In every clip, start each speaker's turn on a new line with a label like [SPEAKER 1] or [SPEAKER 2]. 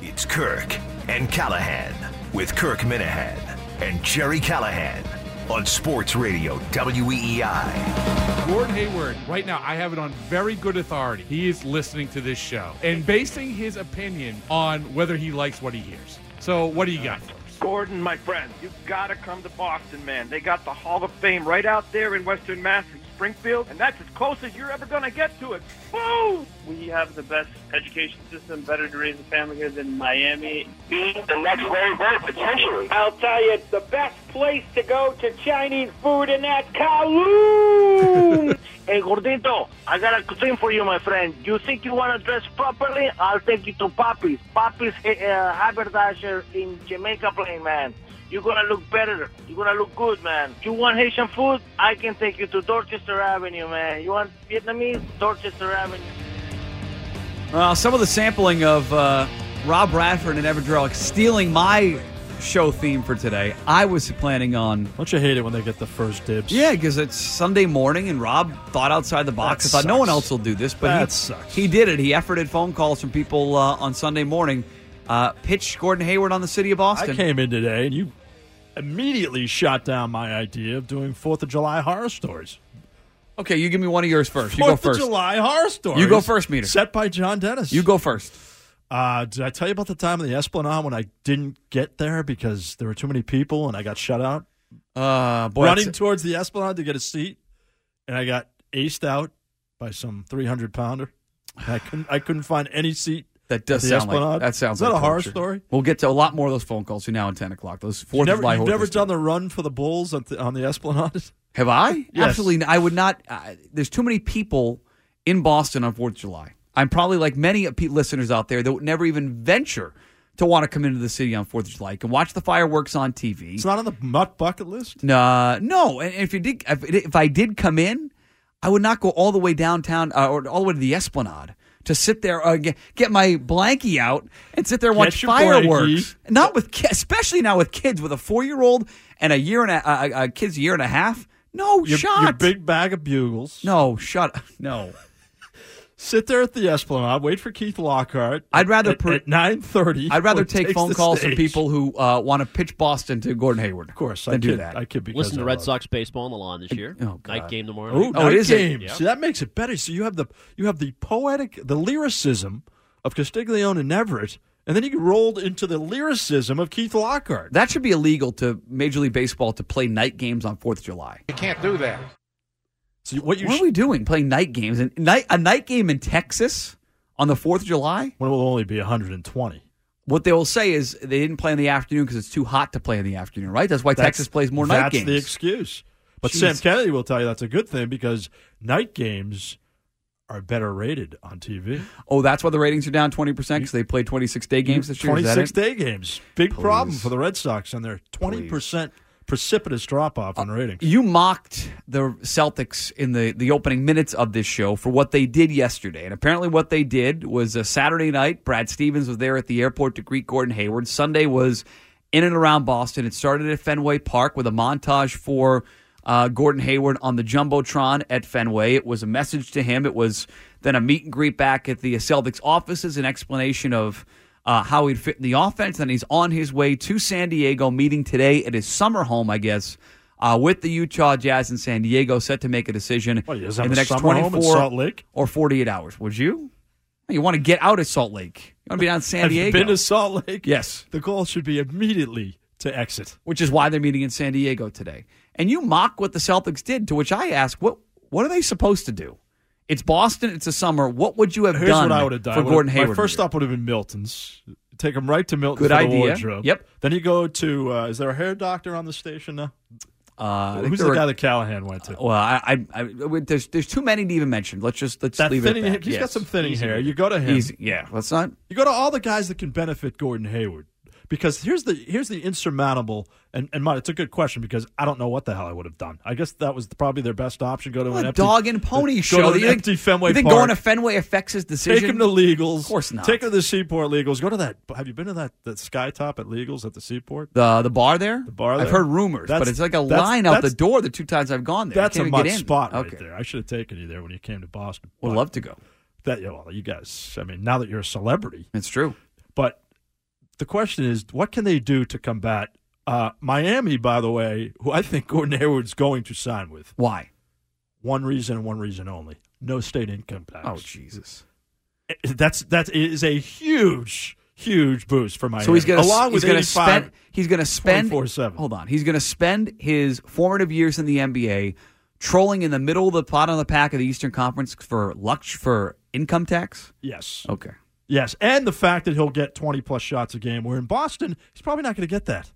[SPEAKER 1] It's Kirk and Callahan with Kirk Minahan and Jerry Callahan on Sports Radio E WEEI.
[SPEAKER 2] Gordon Hayward, right now, I have it on very good authority. He is listening to this show and basing his opinion on whether he likes what he hears. So, what do you got for us?
[SPEAKER 3] Gordon, my friend, you gotta come to Boston, man. They got the Hall of Fame right out there in Western Mass in Springfield, and that's as close as you're ever gonna get to it. Boom!
[SPEAKER 4] We have the best education system, better to raise a family here than Miami.
[SPEAKER 5] the next Larry Bird, potentially.
[SPEAKER 6] I'll tell you, it's the best place to go to Chinese food in that Kowloon.
[SPEAKER 5] Hey, Gordito, I got a thing for you, my friend. You think you want to dress properly? I'll take you to Papi's. Papi's uh, Haberdasher in Jamaica Plain, man. You're going to look better. You're going to look good, man. You want Haitian food? I can take you to Dorchester Avenue, man. You want Vietnamese? Dorchester Avenue.
[SPEAKER 7] Well, Uh, some of the sampling of uh, Rob Radford and Evan Drellick stealing my show theme for today. I was planning on.
[SPEAKER 8] Don't you hate it when they get the first dibs?
[SPEAKER 7] Yeah, because it's Sunday morning and Rob thought outside the box. I
[SPEAKER 8] That
[SPEAKER 7] thought no one
[SPEAKER 8] sucks.
[SPEAKER 7] else will do this, but
[SPEAKER 8] That
[SPEAKER 7] he,
[SPEAKER 8] sucks.
[SPEAKER 7] he did it. He efforted phone calls from people uh, on Sunday morning. Uh, pitched Gordon Hayward on the city of Boston.
[SPEAKER 8] I came in today and you immediately shot down my idea of doing Fourth of July horror stories.
[SPEAKER 7] Okay, you give me one of yours first. You go
[SPEAKER 8] Fourth
[SPEAKER 7] first.
[SPEAKER 8] of July horror stories.
[SPEAKER 7] You go first, Meter.
[SPEAKER 8] Set by John Dennis.
[SPEAKER 7] You go first.
[SPEAKER 8] Uh, did I tell you about the time of the Esplanade when I didn't get there because there were too many people and I got shut out?
[SPEAKER 7] Uh, boy,
[SPEAKER 8] Running
[SPEAKER 7] that's-
[SPEAKER 8] towards the Esplanade to get a seat, and I got aced out by some three hundred pounder. I couldn't. I couldn't find any seat.
[SPEAKER 7] that does
[SPEAKER 8] at the
[SPEAKER 7] sound like
[SPEAKER 8] Esplanade.
[SPEAKER 7] that sounds
[SPEAKER 8] Is that
[SPEAKER 7] like
[SPEAKER 8] a horror
[SPEAKER 7] torture.
[SPEAKER 8] story?
[SPEAKER 7] We'll get to a lot more of those phone calls here now at ten o'clock. Those
[SPEAKER 8] You've
[SPEAKER 7] Fourth of
[SPEAKER 8] never,
[SPEAKER 7] July
[SPEAKER 8] you've
[SPEAKER 7] horror
[SPEAKER 8] never
[SPEAKER 7] stories.
[SPEAKER 8] done the run for the Bulls at the, on the Esplanade.
[SPEAKER 7] Have I?
[SPEAKER 8] Yes.
[SPEAKER 7] Absolutely. n- I would not. Uh, there's too many people in Boston on 4th of July. I'm probably like many of pe- listeners out there that would never even venture to want to come into the city on 4th of July. You can watch the fireworks on TV.
[SPEAKER 8] It's not on the mutt bucket list.
[SPEAKER 7] Nah, uh, no. And if you did, if, it- if I did come in, I would not go all the way downtown uh, or all the way to the Esplanade to sit there, uh, get, get my blankie out and sit there and watch
[SPEAKER 8] Get your
[SPEAKER 7] fireworks.
[SPEAKER 8] blankie.
[SPEAKER 7] Not with, ki- especially now with kids, with a four year old and a year and a, a, a- a kid's a year and a half. No
[SPEAKER 8] Your,
[SPEAKER 7] shot.
[SPEAKER 8] your big bag of bugles.
[SPEAKER 7] No, shut up. No.
[SPEAKER 8] Sit there at the Esplanade. Wait for Keith Lockhart.
[SPEAKER 7] I'd rather
[SPEAKER 8] at,
[SPEAKER 7] per-
[SPEAKER 8] nine thirty.
[SPEAKER 7] I'd rather take phone calls from people who uh, want to pitch Boston to Gordon Hayward.
[SPEAKER 8] Of course,
[SPEAKER 7] than
[SPEAKER 8] I
[SPEAKER 7] do
[SPEAKER 8] kid,
[SPEAKER 7] that.
[SPEAKER 8] I kid because
[SPEAKER 9] Listen
[SPEAKER 8] I
[SPEAKER 9] to Red
[SPEAKER 8] love-
[SPEAKER 9] Sox baseball on the lawn this year.
[SPEAKER 7] uh, oh, God.
[SPEAKER 9] Night game tomorrow.
[SPEAKER 8] Oh,
[SPEAKER 9] night.
[SPEAKER 7] Oh, it
[SPEAKER 8] night
[SPEAKER 7] is it?
[SPEAKER 8] games. See, that makes it better. So you have the you have the poetic, the lyricism of Castiglione and Everett, and then you rolled into the lyricism of Keith Lockhart.
[SPEAKER 7] that should be illegal to Major League Baseball to play night games on Fourth of July.
[SPEAKER 8] So what you
[SPEAKER 7] what
[SPEAKER 8] sh-
[SPEAKER 7] are we doing? Playing night games and night a night game in Texas on the Fourth of July?
[SPEAKER 8] when it will only be 120.
[SPEAKER 7] What they will say is they didn't play in the afternoon because it's too hot to play in the afternoon, right? That's why Texas plays more night
[SPEAKER 8] that's
[SPEAKER 7] games.
[SPEAKER 8] the excuse. But
[SPEAKER 7] Jeez.
[SPEAKER 8] Sam Kennedy will tell you that's a good thing because night games are better rated on TV.
[SPEAKER 7] oh, that's why the ratings are down twenty percent because they played twenty six day games this year. Is that
[SPEAKER 8] 26
[SPEAKER 7] it?
[SPEAKER 8] day games. Big
[SPEAKER 7] Please.
[SPEAKER 8] problem for the Red Sox and their 20% precipitous drop off
[SPEAKER 7] Uh,
[SPEAKER 8] in ratings.
[SPEAKER 7] You mocked the Celtics in the, the opening minutes of this show for what they did yesterday. And apparently, what they did was a Saturday night, Brad Stevens was there at the airport to greet Gordon Hayward. Sunday was in and around Boston. It started at Fenway Park with a montage for uh, Gordon Hayward on the Jumbotron at Fenway. It was a message to him. It was then a meet and greet back at the Celtics offices, an explanation of uh, how he'd fit in the offense. And he's on his way to San Diego, meeting today at his summer home, I guess, uh, with the Utah Jazz in San Diego, set to make a decision
[SPEAKER 8] What, he doesn't
[SPEAKER 7] in
[SPEAKER 8] have
[SPEAKER 7] the
[SPEAKER 8] a
[SPEAKER 7] next
[SPEAKER 8] summer home in
[SPEAKER 7] 24
[SPEAKER 8] Salt Lake?
[SPEAKER 7] or 48 hours. Would you? You want to get out of Salt Lake. You want to be down in San
[SPEAKER 8] Have
[SPEAKER 7] Diego.
[SPEAKER 8] you been to Salt Lake?
[SPEAKER 7] Yes.
[SPEAKER 8] The goal should be immediately to exit.
[SPEAKER 7] which is why they're meeting in San Diego today. And you mock what the Celtics did, to which I ask, what what are they supposed to do? It's Boston. It's a summer. What would you have
[SPEAKER 8] Here's
[SPEAKER 7] done
[SPEAKER 8] what I would have done
[SPEAKER 7] for
[SPEAKER 8] I would've-
[SPEAKER 7] Gordon Hayward?
[SPEAKER 8] My first
[SPEAKER 7] Meter?
[SPEAKER 8] stop would have been Milton's. Take him right to Milton
[SPEAKER 7] Good
[SPEAKER 8] for the
[SPEAKER 7] idea.
[SPEAKER 8] wardrobe.
[SPEAKER 7] Yep.
[SPEAKER 8] Then you go to. Uh, is there a hair doctor on the station now?
[SPEAKER 7] Uh, I think
[SPEAKER 8] Who's
[SPEAKER 7] there
[SPEAKER 8] the
[SPEAKER 7] were-
[SPEAKER 8] guy that Callahan went to?
[SPEAKER 7] Well, I, I, I there's there's too many to even mention. Let's just let's
[SPEAKER 8] That
[SPEAKER 7] leave it.
[SPEAKER 8] thinning
[SPEAKER 7] at
[SPEAKER 8] hair-
[SPEAKER 7] that.
[SPEAKER 8] he's got some thinning
[SPEAKER 7] Easy.
[SPEAKER 8] hair. You go to him.
[SPEAKER 7] Easy. Yeah, let's not.
[SPEAKER 8] You go to all the guys that can benefit Gordon Hayward because here's the here's the insurmountable. And and Mott, it's a good question because I don't know what the hell I would have done. I guess that was probably their best option. Go to
[SPEAKER 7] Well,
[SPEAKER 8] an
[SPEAKER 7] a
[SPEAKER 8] empty,
[SPEAKER 7] dog and pony
[SPEAKER 8] go
[SPEAKER 7] show.
[SPEAKER 8] To an
[SPEAKER 7] You think-
[SPEAKER 8] empty Fenway
[SPEAKER 7] you think
[SPEAKER 8] Park.
[SPEAKER 7] going to Fenway affects his decision?
[SPEAKER 8] Take him to Legals. Of
[SPEAKER 7] course not.
[SPEAKER 8] Take him to the Seaport Legals. Go to that. Have you been to that, that Sky Top at Legals at the Seaport?
[SPEAKER 7] the the bar there. The
[SPEAKER 8] bar.
[SPEAKER 7] I've
[SPEAKER 8] there?
[SPEAKER 7] heard rumors, but
[SPEAKER 8] That's-
[SPEAKER 7] it's like a
[SPEAKER 8] that's-
[SPEAKER 7] line out the
[SPEAKER 8] that's-
[SPEAKER 7] door. The two times I've gone there, I
[SPEAKER 8] That's a
[SPEAKER 7] can't even
[SPEAKER 8] must
[SPEAKER 7] get in.
[SPEAKER 8] spot right
[SPEAKER 7] okay.
[SPEAKER 8] there. I should have taken you there when you came to Boston.
[SPEAKER 7] Would
[SPEAKER 8] But
[SPEAKER 7] love to go.
[SPEAKER 8] That you, know, you guys. I mean, now that you're a celebrity,
[SPEAKER 7] it's true.
[SPEAKER 8] But the question is, what can they do to combat uh, Miami? By the way, who I think Gordon Hayward's going to sign with.
[SPEAKER 7] Why?
[SPEAKER 8] One reason and one reason only: no state income tax. Eh,
[SPEAKER 7] Oh Jesus!
[SPEAKER 8] That's that is a huge, huge boost for Miami.
[SPEAKER 7] So he's going to
[SPEAKER 8] along with
[SPEAKER 7] he's going to
[SPEAKER 8] 85
[SPEAKER 7] spend he's going to spend
[SPEAKER 8] 24/7.
[SPEAKER 7] Hold on, he's going to spend his formative years in the NBA trolling in the middle of the pot on the pack of the Eastern Conference for lux for income tax.
[SPEAKER 8] Yes.
[SPEAKER 7] Okay.
[SPEAKER 8] Yes, and the fact that he'll get 20 plus shots a game, where in Boston, he's probably not going to get that.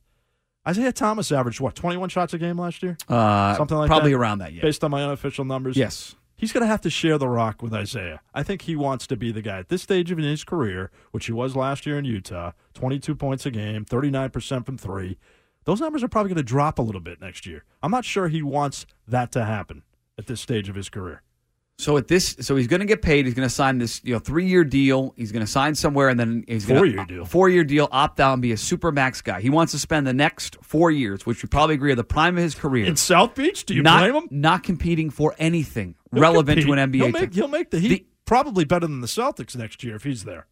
[SPEAKER 8] Isaiah Thomas averaged, what, 21 shots a game last year?
[SPEAKER 7] Uh,
[SPEAKER 8] Something like
[SPEAKER 7] probably
[SPEAKER 8] that?
[SPEAKER 7] around that, yeah.
[SPEAKER 8] Based on my unofficial numbers?
[SPEAKER 7] Yes.
[SPEAKER 8] He's going to have to share the rock with Isaiah. I think he wants to be the guy at this stage of his career, which he was last year in Utah 22 points a game, 39% from three. Those numbers are probably going to drop a little bit next year. I'm not sure he wants that to happen at this stage of his career.
[SPEAKER 7] So at this, so he's going to get paid. He's going to sign this, you know, three year deal. He's going to sign somewhere, and then he's going
[SPEAKER 8] Four-year
[SPEAKER 7] deal, four year deal, opt out and be a super max guy. He wants to spend the next four years, which we probably agree are the prime of his career
[SPEAKER 8] In South Beach, do you
[SPEAKER 7] not,
[SPEAKER 8] blame him?
[SPEAKER 7] Not competing for anything
[SPEAKER 8] He'll
[SPEAKER 7] relevant
[SPEAKER 8] compete.
[SPEAKER 7] to an NBA
[SPEAKER 8] He'll
[SPEAKER 7] team.
[SPEAKER 8] make, he'll make the Heat probably better than the Celtics next year if he's there.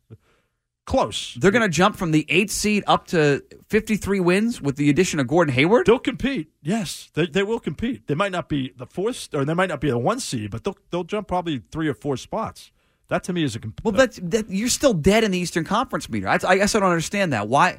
[SPEAKER 8] Close.
[SPEAKER 7] They're going to jump from the eighth seed up to 53 wins with the addition of Gordon Hayward.
[SPEAKER 8] They'll compete. Yes, they, they will compete. They might not be the fourth, or they might not be the one seed, but they'll they'll jump probably three or four spots. That to me is a comp- uh,
[SPEAKER 7] Well, that's that, you're still dead in the Eastern Conference meter. I, I guess I don't understand that. Why,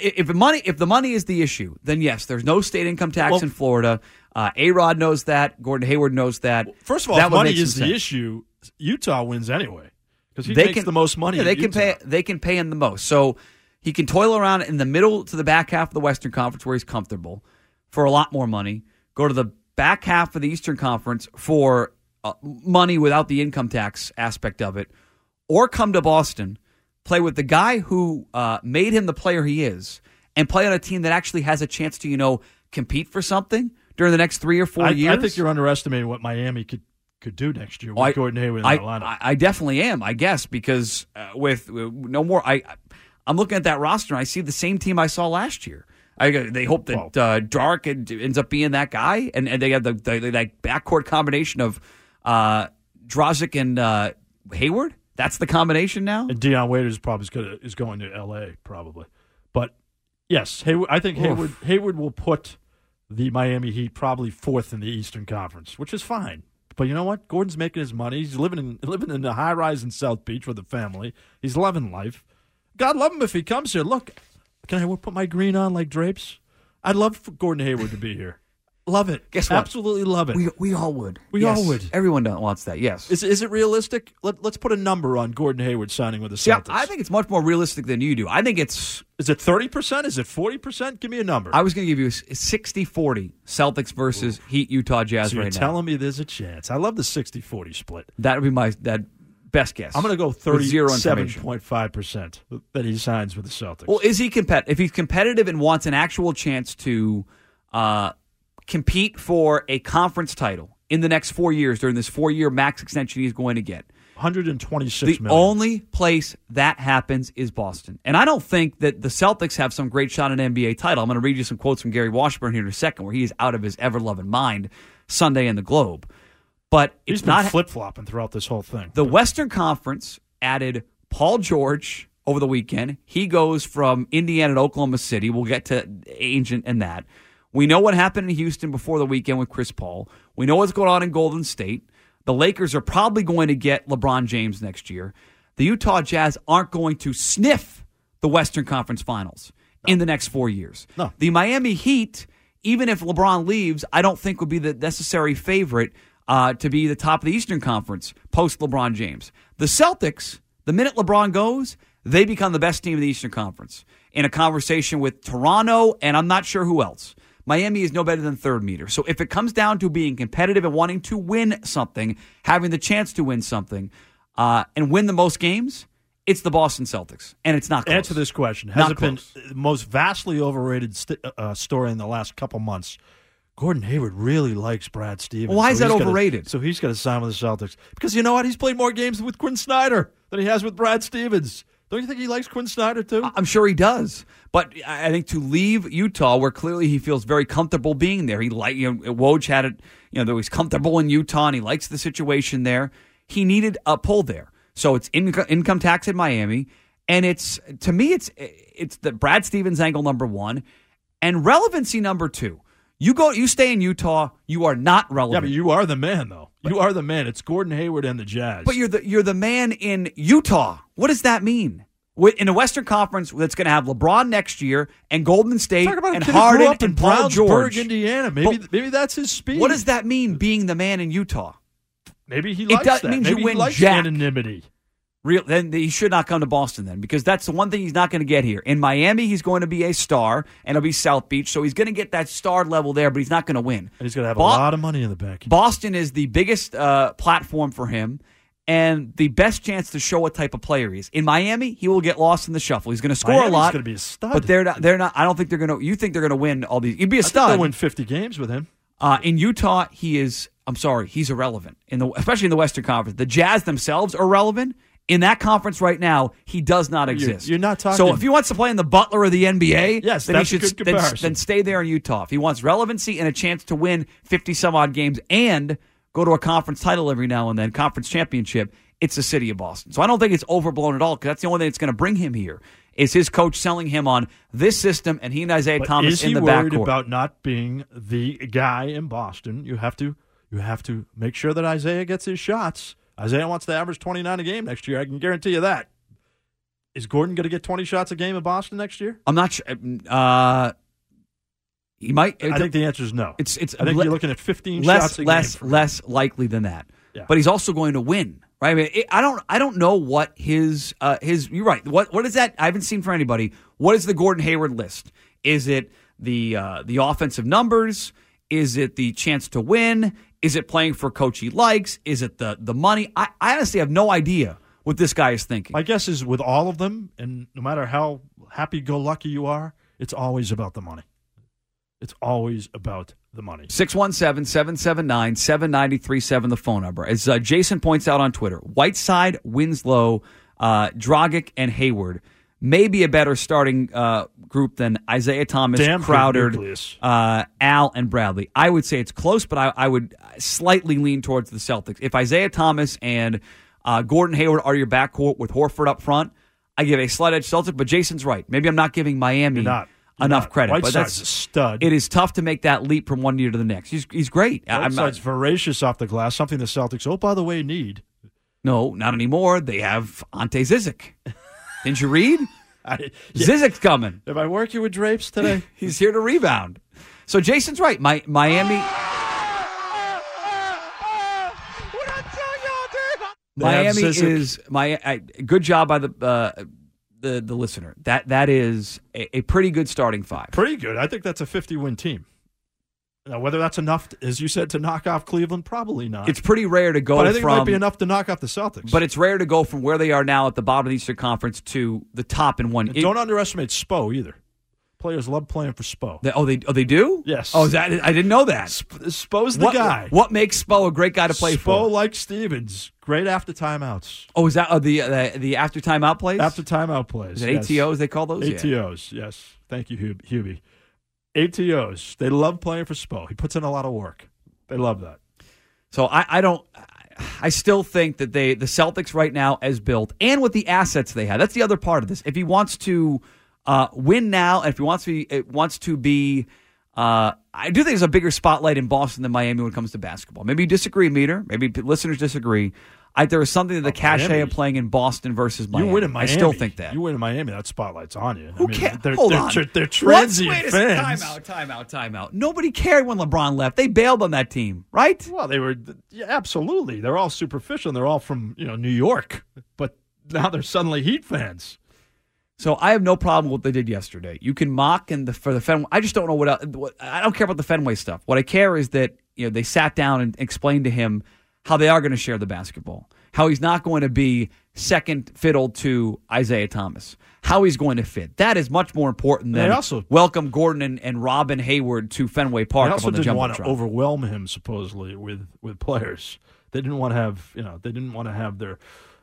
[SPEAKER 7] if the money if the money is the issue, then yes, there's no state income tax
[SPEAKER 8] Well-
[SPEAKER 7] in Florida. Uh, A Rod knows that. Gordon Hayward knows that.
[SPEAKER 8] First of all,
[SPEAKER 7] that
[SPEAKER 8] if
[SPEAKER 7] would
[SPEAKER 8] money
[SPEAKER 7] make some
[SPEAKER 8] is the
[SPEAKER 7] sense.
[SPEAKER 8] issue. Utah wins anyway because he
[SPEAKER 7] they
[SPEAKER 8] makes
[SPEAKER 7] can,
[SPEAKER 8] the most money.
[SPEAKER 7] Yeah,
[SPEAKER 8] in
[SPEAKER 7] they can
[SPEAKER 8] Utah.
[SPEAKER 7] pay. They can pay him the most. So he can toil around in the middle to the back half of the Western Conference where he's comfortable for a lot more money. Go to the back half of the Eastern Conference for uh, money without the income tax aspect of it, or come to Boston, play with the guy who uh, made him the player he is, and play on a team that actually has a chance to you know compete for something during the next three or four
[SPEAKER 8] I,
[SPEAKER 7] years.
[SPEAKER 8] I think you're underestimating what Miami could could do next year with
[SPEAKER 7] Well, I-
[SPEAKER 8] Gordon Hayward in
[SPEAKER 7] I,
[SPEAKER 8] the lineup.
[SPEAKER 7] I, I definitely am, I guess, because uh, with with no more, I I'm looking at that roster and I see the same team I saw last year. I, they hope that uh, Dark end- ends up being that guy, and, and they have the, the that backcourt combination of uh, Drozic and uh, Hayward. That's the combination now.
[SPEAKER 8] And Deion Waiters probably is, gonna, is going to L.A. probably, but yes, Hayward, I think
[SPEAKER 7] Oof.
[SPEAKER 8] Hayward Hayward will put the Miami Heat probably fourth in the Eastern Conference, which is fine. But you know what? Gordon's making his money. He's living in living in a high rise in South Beach with a family. He's loving life. God love him if he comes here. Look, can I put my green on like drapes? I'd love for Gordon Hayward to be here. Love it.
[SPEAKER 7] Guess what?
[SPEAKER 8] Absolutely love it.
[SPEAKER 7] We we all would.
[SPEAKER 8] We
[SPEAKER 7] Yes.
[SPEAKER 8] all would.
[SPEAKER 7] Everyone don't- wants that. Yes.
[SPEAKER 8] Is is it realistic? Let, let's put a number on Gordon Hayward signing with the
[SPEAKER 7] Yeah,
[SPEAKER 8] Celtics.
[SPEAKER 7] I think it's much more realistic than you do. I think it's
[SPEAKER 8] Is it 30%? Is it 40%? Give me a number.
[SPEAKER 7] I was going to give you 60-40 Celtics versus Heat Utah Jazz
[SPEAKER 8] so you're
[SPEAKER 7] right now.
[SPEAKER 8] telling me there's a chance. I love the 60 40 split.
[SPEAKER 7] That would be my that best guess.
[SPEAKER 8] I'm going to go
[SPEAKER 7] With zero information.
[SPEAKER 8] 37.5% that he signs with the Celtics.
[SPEAKER 7] Well, is he compet? If he's competitive and wants an actual chance to uh, compete for a conference title in the next four years during this four-year max extension he's going to get,
[SPEAKER 8] 126
[SPEAKER 7] the
[SPEAKER 8] million.
[SPEAKER 7] only place that happens is Boston. And I don't think that the Celtics have some great shot at an NBA title. I'm going to read you some quotes from Gary Washburn here in a second, where he is out of his ever-loving mind Sunday in the Globe. But
[SPEAKER 8] He's
[SPEAKER 7] it's
[SPEAKER 8] been
[SPEAKER 7] not
[SPEAKER 8] flip flopping throughout this whole thing.
[SPEAKER 7] The Western Conference added Paul George over the weekend. He goes from Indiana to Oklahoma City. We'll get to Agent and that. We know what happened in Houston before the weekend with Chris Paul. We know what's going on in Golden State. The Lakers are probably going to get LeBron James next year. The Utah Jazz aren't going to sniff the Western Conference Finals in the next four years.
[SPEAKER 8] No.
[SPEAKER 7] The Miami Heat, even if LeBron leaves, I don't think would be the necessary favorite uh, to be the top of the Eastern Conference post LeBron James. The Celtics, the minute LeBron goes, they become the best team of the Eastern Conference in a conversation with Toronto and I'm not sure who else. Miami is no better than third meter. So if it comes down to being competitive and wanting to win something, having the chance to win something, uh, and win the most games, it's the Boston Celtics, and it's not close.
[SPEAKER 8] Answer this question: Has
[SPEAKER 7] Not
[SPEAKER 8] it been the most vastly overrated st- uh, story in the last couple months? Gordon Hayward really likes Brad Stevens.
[SPEAKER 7] Why is that
[SPEAKER 8] he's gonna-
[SPEAKER 7] overrated?
[SPEAKER 8] so he's going to sign with the Celtics because you know what? He's played more games with Quinn Snyder than he has with Brad Stevens. Don't you think he likes Quinn Snyder too?
[SPEAKER 7] I'm sure he does. But I I think to leave Utah, where clearly he feels very comfortable being there, he like you know Woj had it. You know, though he's comfortable in Utah and he likes the situation there. He needed a pull there, so it's inco- income tax in Miami, and it's to me it's it's the Brad Stevens angle number one, and relevancy number two. You go, you stay in Utah, you are not relevant.
[SPEAKER 8] yeah, but you are the man though. You are the man. It's Gordon Hayward and the Jazz.
[SPEAKER 7] But you're the you're the man in Utah. What does that mean? Wi- In a Western Conference that's going to have LeBron next year and Golden State
[SPEAKER 8] Talk about a
[SPEAKER 7] and
[SPEAKER 8] kid who grew
[SPEAKER 7] Harden
[SPEAKER 8] up in
[SPEAKER 7] and Paul
[SPEAKER 8] Brownsburg,
[SPEAKER 7] George,
[SPEAKER 8] Indiana. Maybe- maybe that's his speed.
[SPEAKER 7] What does that mean? Being the man in Utah.
[SPEAKER 8] Maybe he
[SPEAKER 7] It
[SPEAKER 8] likes
[SPEAKER 7] does-
[SPEAKER 8] that.
[SPEAKER 7] means
[SPEAKER 8] Maybe
[SPEAKER 7] you
[SPEAKER 8] he
[SPEAKER 7] win
[SPEAKER 8] likes
[SPEAKER 7] jack.
[SPEAKER 8] anonymity.
[SPEAKER 7] Real, then he should not come to Boston then because that's the one thing he's not going to get here. In Miami, he's going to be a star and it'll be South Beach, so he's going to get that star level there, but he's not going to win.
[SPEAKER 8] And he's going to have
[SPEAKER 7] Bo-
[SPEAKER 8] a lot of money in the bank.
[SPEAKER 7] Boston is the biggest uh, platform for him and the best chance to show what type of player he is. In Miami, he will get lost in the shuffle. He's going to score
[SPEAKER 8] Miami's
[SPEAKER 7] a lot.
[SPEAKER 8] gonna be a stud.
[SPEAKER 7] But they're not. They're not. I don't think they're going to. You think they're going to win all these? He'd be a
[SPEAKER 8] I think
[SPEAKER 7] stud.
[SPEAKER 8] They'll win 50 games with him.
[SPEAKER 7] Uh, in Utah, he is. I'm sorry, he's irrelevant in the especially in the Western Conference. The Jazz themselves are relevant in that conference right now. He does not exist.
[SPEAKER 8] you're not talking-
[SPEAKER 7] So if he wants to play in the Butler of the NBA,
[SPEAKER 8] Yes,
[SPEAKER 7] then he
[SPEAKER 8] that's a
[SPEAKER 7] should
[SPEAKER 8] good
[SPEAKER 7] then,
[SPEAKER 8] comparison.
[SPEAKER 7] then stay there in Utah. If he wants relevancy and a chance to win 50 some odd games and go to a conference title every now and then, conference championship, it's the city of Boston. So I don't think it's overblown at all because that's the only thing that's going to bring him here is his coach selling him on this system and he and Isaiah
[SPEAKER 8] But
[SPEAKER 7] Thomas
[SPEAKER 8] is
[SPEAKER 7] in
[SPEAKER 8] he
[SPEAKER 7] the
[SPEAKER 8] worried
[SPEAKER 7] backcourt.
[SPEAKER 8] about not being the guy in Boston? You have to you have to make sure that Isaiah gets his shots. Isaiah wants to average 29 a game next year. I can guarantee you that. Is Gordon going to get 20 shots a game in Boston next year?
[SPEAKER 7] I'm not sure. Uh, he might.
[SPEAKER 8] I think the answer is no.
[SPEAKER 7] it's it's.
[SPEAKER 8] I think
[SPEAKER 7] le-
[SPEAKER 8] you're looking at 15
[SPEAKER 7] less
[SPEAKER 8] shots a game.
[SPEAKER 7] less
[SPEAKER 8] for-
[SPEAKER 7] less likely than that.
[SPEAKER 8] Yeah.
[SPEAKER 7] But he's also going to win, right? I mean, it, I don't I don't know what his uh, his. You're right. What what is that? I haven't seen for anybody. What is the Gordon Hayward list? Is it the uh, the offensive numbers? Is it the chance to win? Is it playing for a coach he likes? Is it the the money? I, I honestly have no idea what this guy is thinking.
[SPEAKER 8] My guess is with all of them, and no matter how happy go lucky you are, it's always about the money. It's always about the money.
[SPEAKER 7] 617 779 7937, the phone number. As uh, Jason points out on Twitter, Whiteside, Winslow, uh, Drogic, and Hayward may be a better starting uh, group than Isaiah Thomas,
[SPEAKER 8] Damn good
[SPEAKER 7] Crowder,
[SPEAKER 8] nucleus.
[SPEAKER 7] uh, Al, and Bradley. I would say it's close, but I, I would slightly lean towards the Celtics. If Isaiah Thomas and uh, Gordon Hayward are your backcourt with Horford up front, I give a slight edge Celtic, but Jason's right. Maybe I'm not giving Miami
[SPEAKER 8] You're not. You're
[SPEAKER 7] enough
[SPEAKER 8] not.
[SPEAKER 7] credit. but
[SPEAKER 8] Whiteside's
[SPEAKER 7] that's
[SPEAKER 8] a stud.
[SPEAKER 7] It is tough to make that leap from one year to the next. He's he's great. I- I'm
[SPEAKER 8] Whiteside's
[SPEAKER 7] not,
[SPEAKER 8] voracious off the glass, something the Celtics, oh, by the way, need.
[SPEAKER 7] no, not anymore. They have Ante Zizic. Didn't you read?
[SPEAKER 8] I,
[SPEAKER 7] Zizic's coming.
[SPEAKER 8] am I working with drapes today?
[SPEAKER 7] He's here to rebound. So Jason's right. My, Miami. Miami
[SPEAKER 8] They have Zizic.
[SPEAKER 7] is my I, good job by the uh, the the listener. That that is a, a pretty good starting five.
[SPEAKER 8] Pretty good. I think that's a 50 win team. Now, whether that's enough, as you said, to knock off Cleveland, probably not.
[SPEAKER 7] It's pretty rare to go
[SPEAKER 8] but I think
[SPEAKER 7] from
[SPEAKER 8] it might be enough to knock off the Celtics.
[SPEAKER 7] But it's rare to go from where they are now at the bottom of the Eastern Conference to the top in one.
[SPEAKER 8] And
[SPEAKER 7] it-
[SPEAKER 8] don't underestimate Spo either. Players love playing for Spo.
[SPEAKER 7] they- oh, they oh they do.
[SPEAKER 8] Yes.
[SPEAKER 7] Oh, is that I didn't know that.
[SPEAKER 8] Sp- Spo's the
[SPEAKER 7] what,
[SPEAKER 8] guy.
[SPEAKER 7] What makes Spo a great guy to play
[SPEAKER 8] Spo
[SPEAKER 7] for?
[SPEAKER 8] like Stevens, great after timeouts.
[SPEAKER 7] Oh, is that oh, the, the the after timeout plays?
[SPEAKER 8] After timeout plays.
[SPEAKER 7] Is it
[SPEAKER 8] yes.
[SPEAKER 7] ATOs they call those? Yeah.
[SPEAKER 8] ATOs, yes. Thank you, Hub- Hubie. ATOs. They love playing for Spo. He puts in a lot of work. They love that.
[SPEAKER 7] So I, I don't. I still think that they the Celtics right now as built and with the assets they have. That's the other part of this. If he wants to uh, win now, and if he wants to, be, it wants to be. Uh, I do think there's a bigger spotlight in Boston than Miami when it comes to basketball. Maybe you disagree, meter. Maybe p- listeners disagree. I, there is something to the cachet
[SPEAKER 8] Oh, Miami.
[SPEAKER 7] of playing in Boston versus Miami.
[SPEAKER 8] You win in Miami.
[SPEAKER 7] I still think that.
[SPEAKER 8] You win in Miami, that spotlight's on you.
[SPEAKER 7] Who
[SPEAKER 8] I mean,
[SPEAKER 7] cares?
[SPEAKER 8] They're,
[SPEAKER 7] Hold
[SPEAKER 8] they're,
[SPEAKER 7] on.
[SPEAKER 8] They're, they're
[SPEAKER 7] What?
[SPEAKER 8] transient
[SPEAKER 7] Wait a second.
[SPEAKER 8] fans.
[SPEAKER 7] Timeout, timeout, timeout. Nobody cared when LeBron left. They bailed on that team, right?
[SPEAKER 8] Well, they were yeah, absolutely. They're all superficial. and They're all from you know New York, but now they're suddenly Heat fans.
[SPEAKER 7] So I have no problem with what they did yesterday. You can mock and the, for the Fenway. I just don't know what, el- what I don't care about the Fenway stuff. What I care is that you know they sat down and explained to him how they are going to share the basketball, how he's not going to be second fiddle to Isaiah Thomas, how he's going to fit. That is much more important
[SPEAKER 8] They
[SPEAKER 7] than
[SPEAKER 8] also-
[SPEAKER 7] welcome Gordon and, and Robin Hayward to Fenway Park.
[SPEAKER 8] They also
[SPEAKER 7] up on the
[SPEAKER 8] didn't want to
[SPEAKER 7] Jumbotron.
[SPEAKER 8] overwhelm him supposedly with with players. They didn't want to have you know they didn't want to have their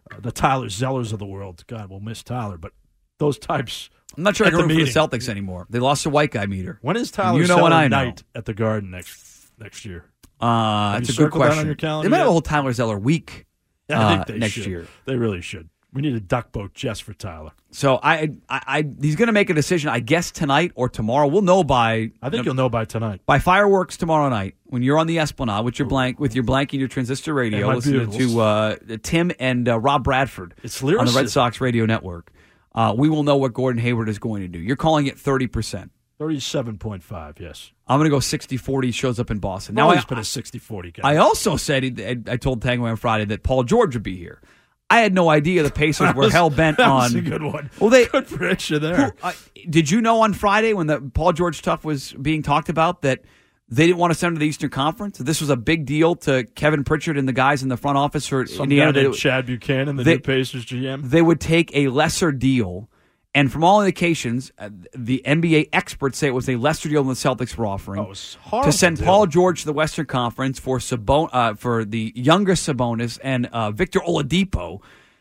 [SPEAKER 8] uh, the Tyler Zellers of the world. God, we'll miss Tyler, but those types.
[SPEAKER 7] I'm not sure I
[SPEAKER 8] at
[SPEAKER 7] can
[SPEAKER 8] the
[SPEAKER 7] root for the
[SPEAKER 8] meeting.
[SPEAKER 7] Celtics anymore. They lost their white guy meter.
[SPEAKER 8] When is
[SPEAKER 7] And
[SPEAKER 8] Tyler
[SPEAKER 7] You know what
[SPEAKER 8] Zeller
[SPEAKER 7] I know.
[SPEAKER 8] night at the Garden next next year?
[SPEAKER 7] Uh,
[SPEAKER 8] Have
[SPEAKER 7] that's
[SPEAKER 8] you
[SPEAKER 7] a good
[SPEAKER 8] circled that on
[SPEAKER 7] question.
[SPEAKER 8] your calendar
[SPEAKER 7] they might have
[SPEAKER 8] yet?
[SPEAKER 7] a whole Tyler Zeller week
[SPEAKER 8] I
[SPEAKER 7] uh,
[SPEAKER 8] think they
[SPEAKER 7] next
[SPEAKER 8] should.
[SPEAKER 7] year.
[SPEAKER 8] They really should. We need a duck boat just for Tyler.
[SPEAKER 7] So I, I, I he's going to make a decision, I guess, tonight or tomorrow. We'll know by.
[SPEAKER 8] I think you'll know by tonight.
[SPEAKER 7] by fireworks tomorrow night when you're on the Esplanade with your blank with your blank and your transistor radio,
[SPEAKER 8] my
[SPEAKER 7] listening to uh, Tim and uh, Rob Bradford
[SPEAKER 8] It's
[SPEAKER 7] on the
[SPEAKER 8] lyricism.
[SPEAKER 7] Red Sox radio network. Uh, we will know what Gordon Hayward is going to do. You're calling it thirty percent.
[SPEAKER 8] Thirty-seven point five. Yes.
[SPEAKER 7] I'm going to go 60-40 shows up in Boston.
[SPEAKER 8] Now
[SPEAKER 7] Now
[SPEAKER 8] he's
[SPEAKER 7] Oh, I,
[SPEAKER 8] been a 60-40 guy.
[SPEAKER 7] I also said I, I told Tango on Friday that Paul George would be here. I had no idea the Pacers
[SPEAKER 8] That
[SPEAKER 7] were
[SPEAKER 8] was-
[SPEAKER 7] hell bent
[SPEAKER 8] that
[SPEAKER 7] on.
[SPEAKER 8] was a good one.
[SPEAKER 7] Well, they
[SPEAKER 8] good prediction there.
[SPEAKER 7] I- did you know on Friday when the Paul George stuff was being talked about that they didn't want to send him to the Eastern Conference? This was a big deal to Kevin Pritchard and the guys in the front office for
[SPEAKER 8] Some guy
[SPEAKER 7] Indiana. that
[SPEAKER 8] named
[SPEAKER 7] it-
[SPEAKER 8] Chad Buchanan, the
[SPEAKER 7] they-
[SPEAKER 8] new Pacers GM.
[SPEAKER 7] they would take a lesser deal. And from all indications, uh, the NBA experts say it was a lesser deal than the Celtics were offering
[SPEAKER 8] Oh, horrible
[SPEAKER 7] to send
[SPEAKER 8] deal.
[SPEAKER 7] Paul George to the Western Conference for Sabon- uh, for the younger Sabonis and uh, Victor Oladipo.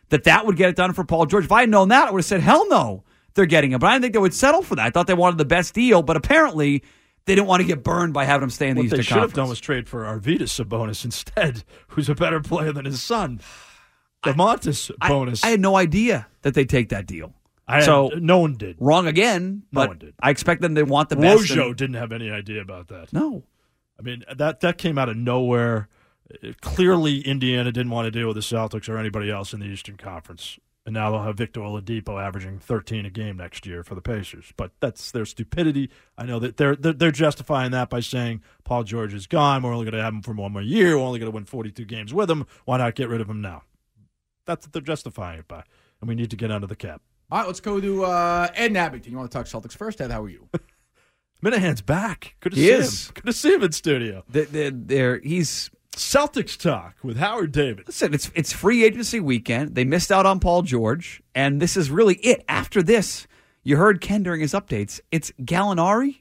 [SPEAKER 7] That that would get it done for Paul George. If I had known that, I would have said, "Hell no, they're getting him." But I didn't think they would settle for that. I thought they wanted the best deal, but apparently they didn't want to get burned by having him stay in the
[SPEAKER 8] What
[SPEAKER 7] Eastern
[SPEAKER 8] they should have
[SPEAKER 7] Conference.
[SPEAKER 8] done was trade for Arvidas Sabonis instead, who's a better player than his son, Demontis
[SPEAKER 7] I-
[SPEAKER 8] Sabonis.
[SPEAKER 7] I, had no idea that they'd take that deal.
[SPEAKER 8] I had-
[SPEAKER 7] so
[SPEAKER 8] no one did.
[SPEAKER 7] wrong again.
[SPEAKER 8] No
[SPEAKER 7] But
[SPEAKER 8] one did.
[SPEAKER 7] I expect them to want the best. and-
[SPEAKER 8] Wojo didn't have any idea about that.
[SPEAKER 7] No.
[SPEAKER 8] I mean that that came out of nowhere. Uh, Clearly, Indiana didn't want to deal with the Celtics or anybody else in the Eastern Conference, and now they'll have Victor Oladipo averaging 13 a game next year for the Pacers. But that's their stupidity. I know that they're they're, they're justifying that by saying Paul George is gone. We're only going to have him for one more year. We're only going to win 42 games with him. Why not get rid of him now? That's what they're justifying it by, and we need to get under the cap.
[SPEAKER 9] All right, let's go to uh, Ed and Abington. You want to talk Celtics first, Ed? How are you?
[SPEAKER 8] Minahan's back. Good to
[SPEAKER 7] He
[SPEAKER 8] see
[SPEAKER 7] is.
[SPEAKER 8] him. Good to see him in studio.
[SPEAKER 7] They're, they're, they're- he's
[SPEAKER 8] Celtics talk with Howard David.
[SPEAKER 7] Listen, it's it's free agency weekend. They missed out on Paul George, and this is really it. After this, you heard Ken during his updates. It's Gallinari,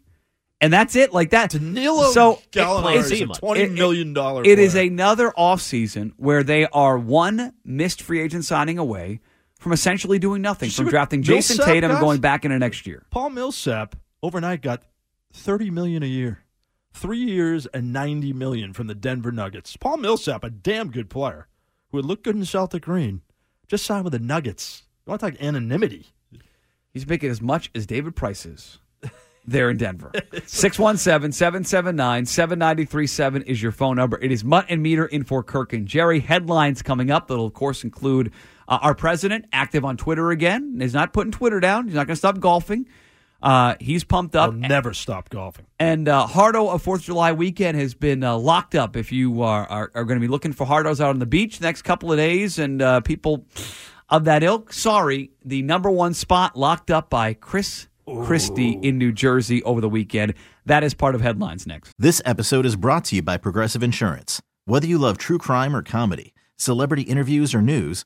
[SPEAKER 7] and that's it. Like that.
[SPEAKER 8] Danilo
[SPEAKER 7] so
[SPEAKER 8] Gallinari
[SPEAKER 7] it's-
[SPEAKER 8] is a $20 million dollar
[SPEAKER 7] It is
[SPEAKER 8] player.
[SPEAKER 7] another offseason where they are one missed free agent signing away from essentially doing nothing,
[SPEAKER 8] see
[SPEAKER 7] from
[SPEAKER 8] what
[SPEAKER 7] drafting Jason
[SPEAKER 8] Millsap
[SPEAKER 7] Tatum and
[SPEAKER 8] got?
[SPEAKER 7] going back into next year.
[SPEAKER 8] Paul Millsap overnight got thirty million a year, three years and ninety million from the Denver Nuggets. Paul Millsap, a damn good player who would look good in Celtic green, just signed with the Nuggets. You want to talk anonymity?
[SPEAKER 7] He's making as much as David Price is there in Denver. 617 779 7937 is your phone number. It is Mutt and Meter in for Kirk and Jerry. Headlines coming up that'll, of course, include uh, our president active on Twitter again. He's not putting Twitter down, he's not going to stop golfing. Uh, he's pumped up.
[SPEAKER 8] I'll
[SPEAKER 10] Eh.
[SPEAKER 8] never stop golfing.
[SPEAKER 7] And uh, Hardo of Fourth of July weekend has been uh, locked up. If you are are, are going to be looking for Hardos out on the beach the next couple of days, and uh, people of that ilk, sorry, the number one spot locked up by Chris Christie in New Jersey over the weekend. That is part of headlines next.
[SPEAKER 10] This episode is brought to you by Progressive Insurance. Whether you love true crime or comedy, celebrity interviews or news,